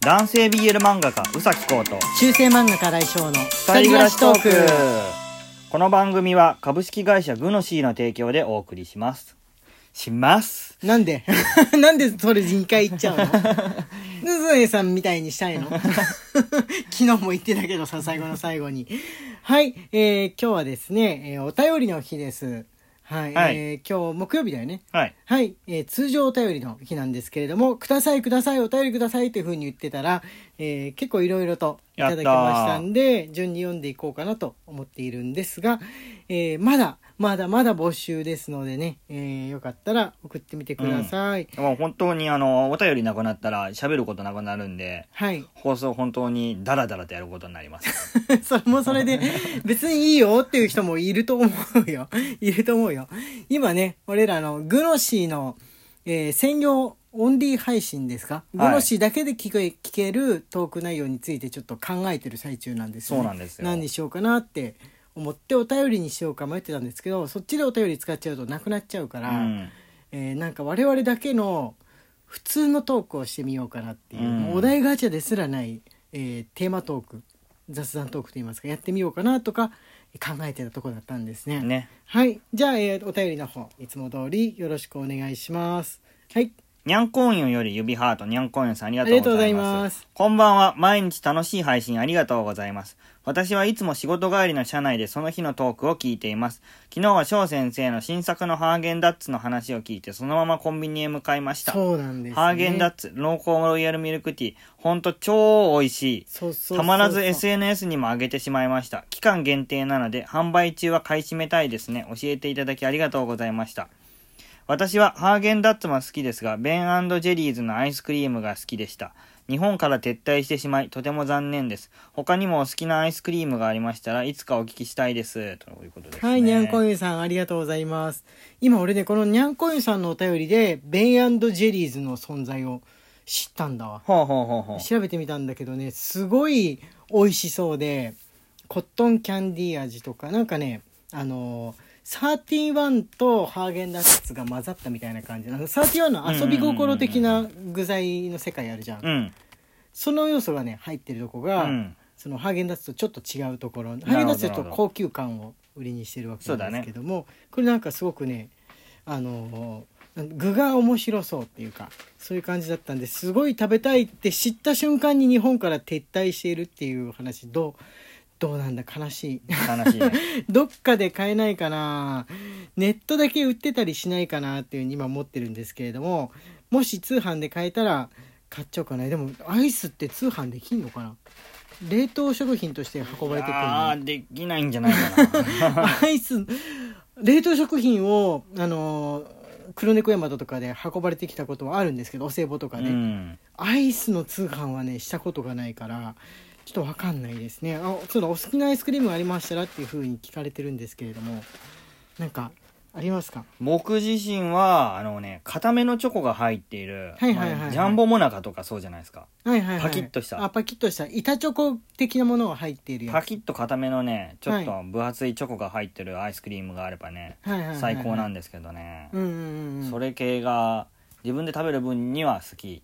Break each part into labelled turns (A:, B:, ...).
A: 男性 BL 漫画家宇崎浩と
B: 中世漫画家来翔の
A: 二人暮らしトークこの番組は株式会社グノシーの提供でお送りしますします
B: なんで なんでそれ2回言っ ちゃうのズズエさんみたいにしたいの 昨日も言ってたけどさ、最後の最後に。はい、えー、今日はですね、えーお便りの日です。はい、
A: はい
B: えー今日木曜日だよね。
A: はい
B: はい、えー通常お便りの日なんですけれども、くださいくださいお便りくださいというふうに言ってたら、えー結構いろいろといただきましたんで、順に読んでいこうかなと思っているんですが、えーまだ、まだまだ募集ですのでね、えーよかったら送ってみてください。
A: もう本当にあのお便りなくなったら喋ることなくなるんで
B: はい。
A: 放送本当にダラダラとやることになります
B: それもそれで、別にいいよっていう人もいると思うよ。 いると思うよ。今ね、俺らのグノシーの、えー専用オンリー配信ですか、
A: はい
B: グノシーだけで聞け聞けるトーク内容についてちょっと考えてる最中なんですよ、ね。
A: そうなんですよ
B: 何にしようかなって思ってお便りにしようか迷ってたんですけど、そっちでお便り使っちゃうとなくなっちゃうか
A: う
B: ら、
A: ん
B: えーなんか我々だけの普通のトークをしてみようかなっていう、
A: うん
B: もうお題ガチャですらない、えーテーマトーク雑談トークといいますかやってみようかなとか考えてたとこだったんですね
A: ね
B: はいじゃあ、えーお便りの方いつも通りよろしくお願いしますはい
A: にゃんこんゆより指ハートにゃんこんゆさんありが
B: あ
A: と
B: り
A: う
B: がとう
A: ござ
B: ござ
A: い
B: い
A: ま
B: ますす
A: こんばんは。毎日楽しい配信ありがとうございます。私はいつも仕事帰りの車内でその日のトークを聞いています。昨日は翔先生の新作のハーゲンダッツの話を聞いて、そのままコンビニへ向かいました。
B: そうなんです、ね、
A: ハーゲンダッツ、濃厚ロイヤルミルクティー、ほんと超美味しい。
B: そうそうそうそう
A: たまらず SNS にも上げてしまいました。期間限定なので、販売中は買い占めたいですね。教えていただきありがとうございました。私はハーゲンダッツも好きですが、ベンジェリーズのアイスクリームが好きでした。日本から撤退してしまい、とても残念です。他にもお好きなアイスクリームがありましたらいつかお聞きしたいです。ということです、ね。
B: はい、にゃんこゆさん、ありがとうございます。今、俺ね、このにゃんこゆさんのお便りで、ベンジェリーズの存在を知ったんだわ。
A: ほうほうほうほう。
B: 調べてみたんだけどねすごい美味しそうでコットンキャンディー味とかなんかねあのサーティワンとハーゲンダッツが混ざったみたいな感じあのサーティワンの遊び心的な具材の世界あるじゃん,、
A: うん。
B: その要素がね入ってるとこ
A: う
B: が、
A: ん。
B: そのハーゲンダッツとちょっと違うところハー
A: どなる
B: ゲ
A: ほ
B: ン
A: ど
B: ダッツはちょっと高級感を売りにしてるわけ
A: そう
B: な
A: だ
B: ん
A: ね
B: ですけども、これなんかすごくねあの具が面白そうっていうかそういう感じだったんですごい食べたいって知った瞬間に日本から撤退しているっていう話どうどうなんだ悲しい
A: 悲 しいね。
B: どっかで買えないかなネットだけ売ってたりしないかなっていうふうに今思ってるんですけれどももし通販で買えたら買っちゃおうかなでもアイスって通販できんのかな冷凍食品として運ばれてくるの
A: ああーできないんじゃないか な
B: アイス冷凍食品をあのー黒猫山田とかで運ばれてきたことはあるんですけどお歳暮とか
A: う
B: ね、
A: ん
B: アイスの通販はねしたことがないからちょっとわかんないですねあそうだお好きなアイスクリームありましたらっていうふうに聞かれてるんですけれどもなんかありますか
A: 僕自身はあのね固めのチョコが入っている、
B: はいはいはいはい
A: まあジャンボモナカとかそうじゃないですか
B: はいはい、はい、
A: パキッとした
B: あパキッとした板チョコ的なものが入っているやつ
A: パキッと固めのねちょっと
B: は
A: 分厚いチョコが入ってるアイスクリームがあればね、
B: はいはいはいはい
A: 最高なんですけどね、
B: うんうんうん
A: それ系が自分で食べる分には好き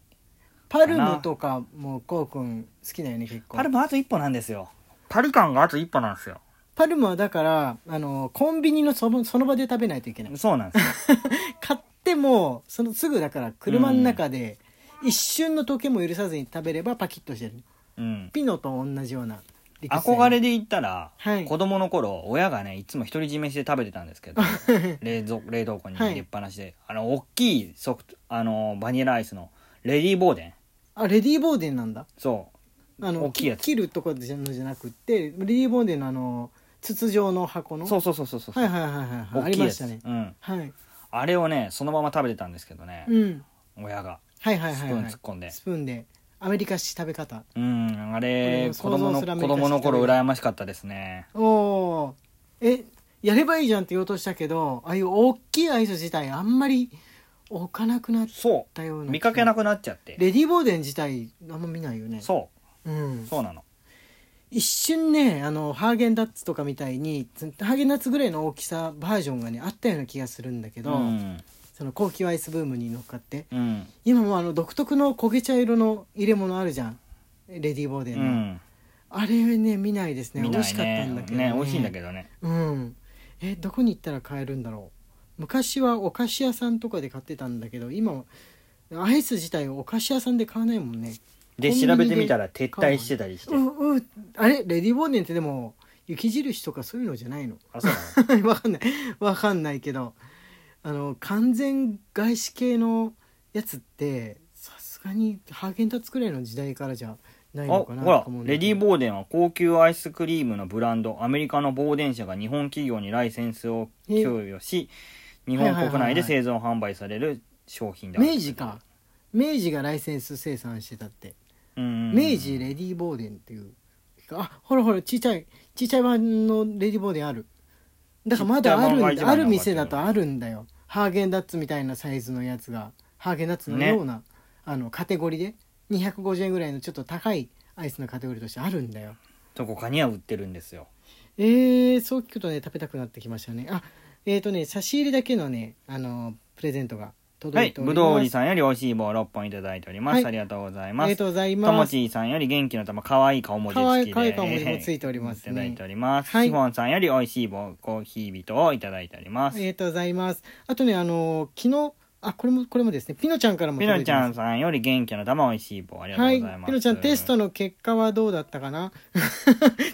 B: パルムとかもこうくん好きだよね結構
A: パルもあと一歩なんですよパル感があと一歩なんですよ
B: パルムはだからあのコンビニのそのその場で食べないといけない
A: そうなんですよ
B: 買ってもそのすぐだから車の中で一瞬の時計も許さずに食べればパキッとしてる
A: うん
B: ピノと同じような理屈だよ
A: 憧れで
B: ね
A: 言ったら、
B: はい
A: 子供の頃親がねいつも独り占めして食べてたんですけど冷蔵冷凍庫に入れっぱなしで、あの大きいソフトあのバニラアイスのレディーボーデン
B: あレディーボーデンなんだ
A: そう
B: あの
A: 大きいやつ
B: 切るとこじゃのじゃなくってレディーボーデンのあの筒状の箱の
A: そうそうそうそうそう、
B: はいはいはいはいはいあ
A: 大き
B: り
A: い
B: ま
A: や
B: し
A: つ
B: たね
A: うん、
B: はい
A: あれをねそのまま食べてたんですけどね、
B: うん
A: 親が
B: はいはい
A: スプ
B: はい
A: ーン
B: はい
A: 突っ込んで、
B: スプーンでアメリカ式食べ方
A: うんあれ
B: 俺も
A: 子
B: 想
A: 供の
B: 像
A: 子
B: すらめ
A: 供の頃
B: めちゃくちゃ
A: 羨ましかったですね
B: おおーえやればいいじゃんって言おうとしたけどああいう大きいアイス自体あんまり置かなくなっ
A: そ
B: たよう
A: う
B: な
A: 見かけなくなっちゃって
B: レディー・ボーデン自体あんま見ないよね、、
A: そううんそうなの
B: 一瞬ねあのハーゲンダッツとかみたいにつハーゲンダッツぐらいの大きさバージョンがねあったような気がするんだけど、
A: うん、
B: その高級アイスブームに乗っかって
A: うん、
B: 今もあの独特の焦げ茶色の入れ物あるじゃんレディー・ボーデン
A: う
B: の、
A: ん
B: あれね見ないですね
A: 見
B: 美
A: ない
B: 味しかったんだけどね
A: ね美味しいんだけどね
B: うんえどこに行ったら買えるんだろう昔はお菓子屋さんとかで買ってたんだけど今アイス自体をお菓子屋さんで買わないもんね
A: で
B: コンビニ
A: 調
B: で
A: べてみたら撤退してたりして
B: うんうんあれレディー・ボーデンってでも雪印とかそういうのじゃないの
A: あそうな
B: わかんないわかんないけどあの完全外資系のやつってさすがにハーゲンダッツくらいの時代からじゃないの
A: の
B: か
A: あ
B: な
A: ほら
B: と思うんだ
A: レ
B: け
A: ディ
B: ど
A: ー・ボーデンは高級アイスクリームのブランドアメリカのボーデン社が日本企業にライセンスを供与し日本国内で製造販売される商品だ
B: 明治か明治がライセンス生産してたって明
A: 明
B: 治レディー・ボーデンっていうあほらほらちっちゃいちっちゃい版のレディー・ボーデンあるだからまだあ
A: ちっちゃ
B: るん
A: い版が一番
B: だある店
A: な
B: だ
A: んか
B: とあるんだよハーゲンダッツみたいなサイズのやつがハーゲンダッツのような、あのカテゴリーで250円ぐらいのちょっと高いアイスのカテゴリーとしてあるんだよ
A: そこかには売ってるんですよ
B: えー、そう聞くとね食べたくなってきましたねあえっ、ー、とね差し入れだけのねあのプレゼントが
A: は
B: 届い
A: い
B: てお
A: ぶ
B: ります、
A: どうおじさんより美味しい棒6本いただいております、
B: はい
A: ありがとうござい
B: あ
A: ま
B: りが
A: す
B: とうござい
A: と
B: ま
A: も
B: す
A: ちーさんより元気の玉可愛い顔文字付きで
B: 可愛い顔文字もついておりますね
A: いただいております、
B: はい
A: シフォンさんより美味しい棒コーヒー人をいただいておりま
B: あ
A: す
B: りがとうございます。あとね、あの昨日、あ、これも、これもですね、ピノちゃんからも
A: ピ
B: 届
A: ノ
B: い
A: ち
B: て
A: ゃ
B: ま
A: ん
B: す。
A: さんより元気の玉美味しい棒ありがとう
B: は
A: ござ
B: い
A: います、、
B: ピノちゃん、テストの結果はどうだったかな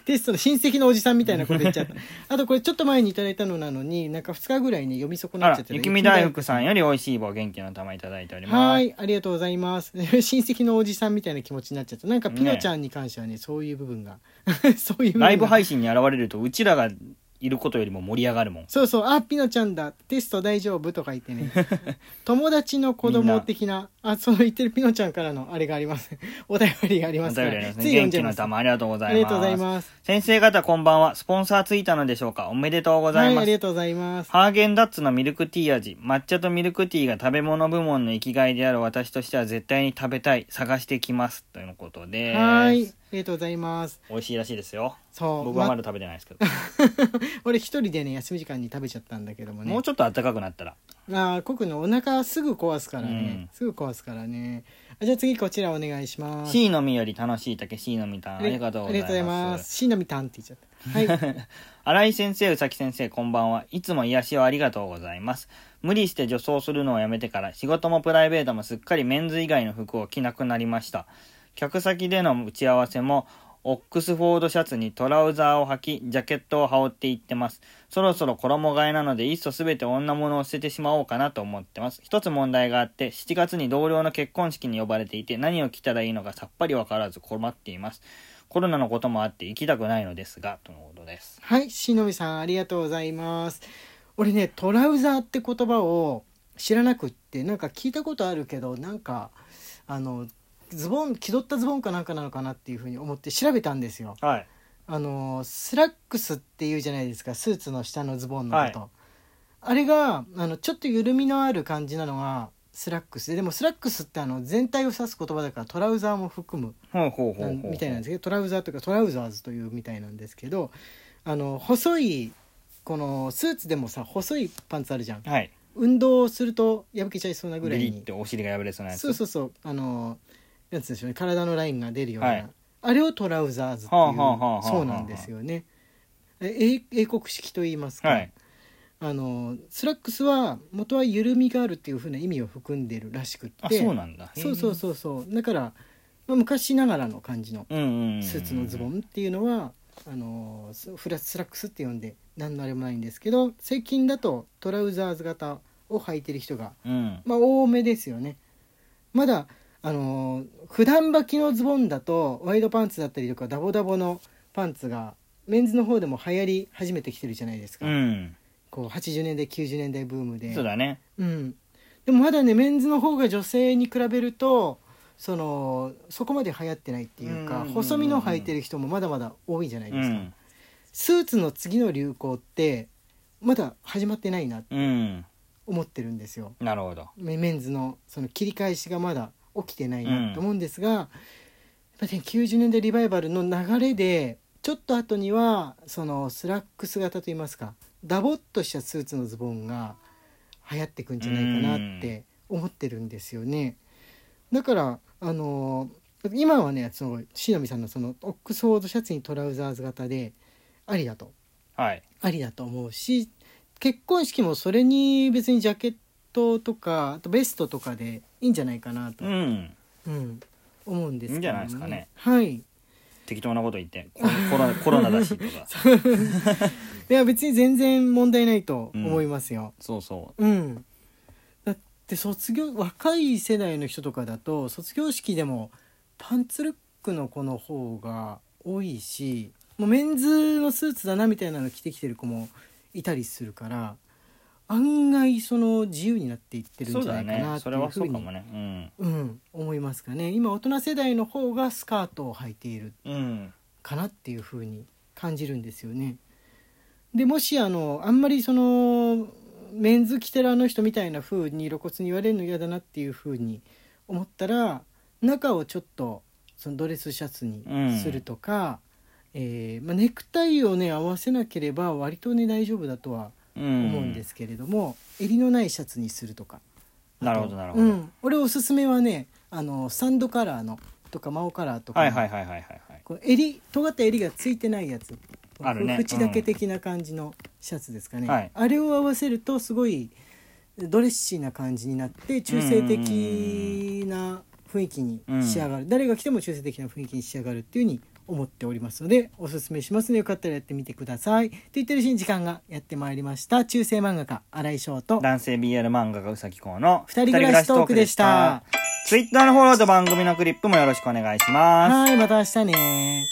B: テストの親戚のおじさんみたいなこと言っちゃった。あと、これちょっと前にいただいたのなのに、なんか2日ぐらいね、読み損
A: あ
B: なっちゃ
A: ら
B: ってた
A: 雪見大福さんより美味しい棒元気の玉いただいております
B: はい、ありがとうございます。親戚のおじさんみたいな気持ちになっちゃった。なんかピノちゃんに関してはね、そういう部分が、 そういう部分が
A: ライブ配信に現れるとうちらがいることよりも盛り上がるもん
B: そうそう、あ、ピノちゃんだ、テスト大丈夫とか言っ てね、友達の子供的な、あ、その言ってるピノちゃんからのあれがあります。 お便りがありま
A: お
B: すから。
A: 便りありますね
B: つい読
A: 元
B: んじ
A: 気
B: ゃいま
A: の
B: す。
A: 玉ありがとうござ
B: あ
A: い
B: り
A: ま
B: がとうござい
A: す
B: ます。
A: 先生方こんばんはスポンサーついたのでしょうかおめでとうござい
B: はい、
A: ま
B: あ
A: す
B: りがとうございます。
A: ハーゲンダッツのミルクティー味、抹茶とミルクティーが食べ物部門の生きがいである私としては絶対に食べたい、探してきます。ということで、
B: はい、ありがとうございます。
A: 美味しいらしいですよ。
B: そう、
A: 僕はま
B: ま
A: だ食べてないですけど。
B: 俺一人でね、休み時間に食べちゃったんだけどもね。
A: もうちょっと暖かくなったら。
B: あー、コクのお腹すぐ壊すから
A: うん
B: ね。すぐ壊すからね。あじゃあ次こちらお願いします。
A: C のみより楽しい竹 C のみたん、ありがとうございます。
B: す。シーナミタンって言っちゃった。はい。
A: 新井先生、宇崎先生、こんばんは。いつも癒しをありがとうございます。無理して女装するのをやめてから、仕事もプライベートもすっかりメンズ以外の服を着なくなりました。客先での打ち合わせも、オックスフォードシャツにトラウザーを履き、ジャケットを羽織っていってます。そろそろ衣替えなので、いっそすべて女物を捨ててしまおうかなと思ってます。一つ問題があって、7月に同僚の結婚式に呼ばれていて、何を着たらいいのかさっぱりわからず困っています。コロナのこともあって行きたくないのですが、とのことです。
B: はい、しのびさんありがとうございます。俺ね、トラウザーって言葉を知らなくって、なんか聞いたことあるけど、なんかあのズボン気取ったズボンかなんかなのかなっていうふうに思って調べたんですよ。
A: はい。
B: あのスラックスっていうじゃないですか、スーツの下のズボンのこと。
A: は
B: あれがあのちょっと緩みのある感じなのがスラックスで、でもスラックスってあの全体を指す言葉だからトラウザーも含む。
A: ほうほうほうほ
B: な
A: うん
B: みたいなんですけどトラウザーというかトラウザーズというみたいなんですけどあの細いこのスーツでもさ細いパンツあるじゃん
A: はい
B: 運動すると破けちゃいそうなぐ
A: ビ
B: らい
A: リっ
B: に
A: てお尻が破れそうなやつ
B: そうそうそうあのなんつうんでしょうね体のラインが出るような、
A: はい
B: あれをトラウザーズっていう、
A: はあはあはあはあ
B: そうなんですよねえ英英国式と言いますか、
A: はい
B: あのスラックスは元は緩みがあるっていうふうな意味を含んでるらしくって
A: あそうなんだ
B: そうそうそうそうだから、まあ、昔ながらの感じの
A: うんうんうん
B: スーツのズボンっていうのはあのスフラスラックスって呼んで何のあれもないんですけど最近だとトラウザーズ型を履いてる人が、
A: うん
B: まあ、多めですよねまだあの普段履きのズボンだとワイドパンツだったりとかダボダボのパンツがメンズの方でも流行り始めてきてるじゃないですか、
A: うん
B: こう80年代90年代ブームで
A: そうだね
B: うん、でもまだねメンズの方が女性に比べるとそのそこまで流行ってないってい
A: う
B: う
A: んうん
B: か
A: うんうん
B: 細身の履いてる人もまだまだ多いじゃないうですか、
A: ん
B: スーツの次の流行ってまだ始まってないなって
A: うん
B: 思ってるんですよ
A: なるほど
B: メメンズのその切り返しがまだ起きてないなと思うんですが、やっぱりね90年代リバイバルの流れでちょっと後にはそのスラックス型といいますかダボっとしたスーツのズボンが流行ってくんじゃないかなって思ってるんですよね。だからあの今はねすごいしのみさんのそのオックスフォードシャツにトラウザーズ型でありだと
A: はい
B: ありだと思うし結婚式もそれに別にジャケットとかあとベストとかでいいんじゃないかなと、
A: うん
B: うん思うんです
A: いいん
B: け
A: じ
B: ど
A: ゃないですかね
B: はい
A: 適当なこと言ってコロコ ロナコロナだしとか
B: いや別に全然問題ないと思いますよ。
A: そうそう
B: うん、だって卒業若い世代の人とかだと卒業式でもパンツルックの子の方が多いしもうメンズのスーツだなみたいなの着てきてる子もいたりするから案外その自由になっていってるん
A: そう
B: じゃ
A: だ
B: ないかな
A: ね
B: って
A: そ
B: い
A: れ
B: う
A: は
B: ふ
A: そううか
B: に
A: もねうん
B: うん、思いますかね今大人世代の方がスカートを履いている
A: うん
B: かなっていう風に感じるんですよね。でもしあのあんまりそのメンズ着てるあの人みたいな風に露骨に言われるの嫌だなっていう風に思ったら中をちょっとそのドレスシャツにするとか、えーまあ、ネクタイをね合わせなければ割とね大丈夫だとは思
A: 思
B: うんですけれども、襟のないシャツにするとか。
A: なるほどなるほ
B: う
A: ど
B: ん、俺おすすめはねあのサンドカラーのとかマオカラーとかの、
A: はいはいはいはいはいはい
B: こう襟尖った襟がついてないやつ
A: あるね
B: ふ縁だけ的な感じのシャツですかね、
A: はい
B: あれを合わせるとすごいドレッシーな感じになって中性的な雰囲気に仕上がる、誰が来ても中性的な雰囲気に仕上がるっていうふうに思っておりますのでおすすめしますのでよかったらやってみてくださいと言ってるうちに時間がやってまいりました中性漫画家新井翔と
A: 男性 BL 漫画がうさぎこうの
B: 二人暮らしトークでした
A: 二人暮らしトークでした Twitter のフォローと番組のクリップもよろしくお願いします
B: はいまた明日ね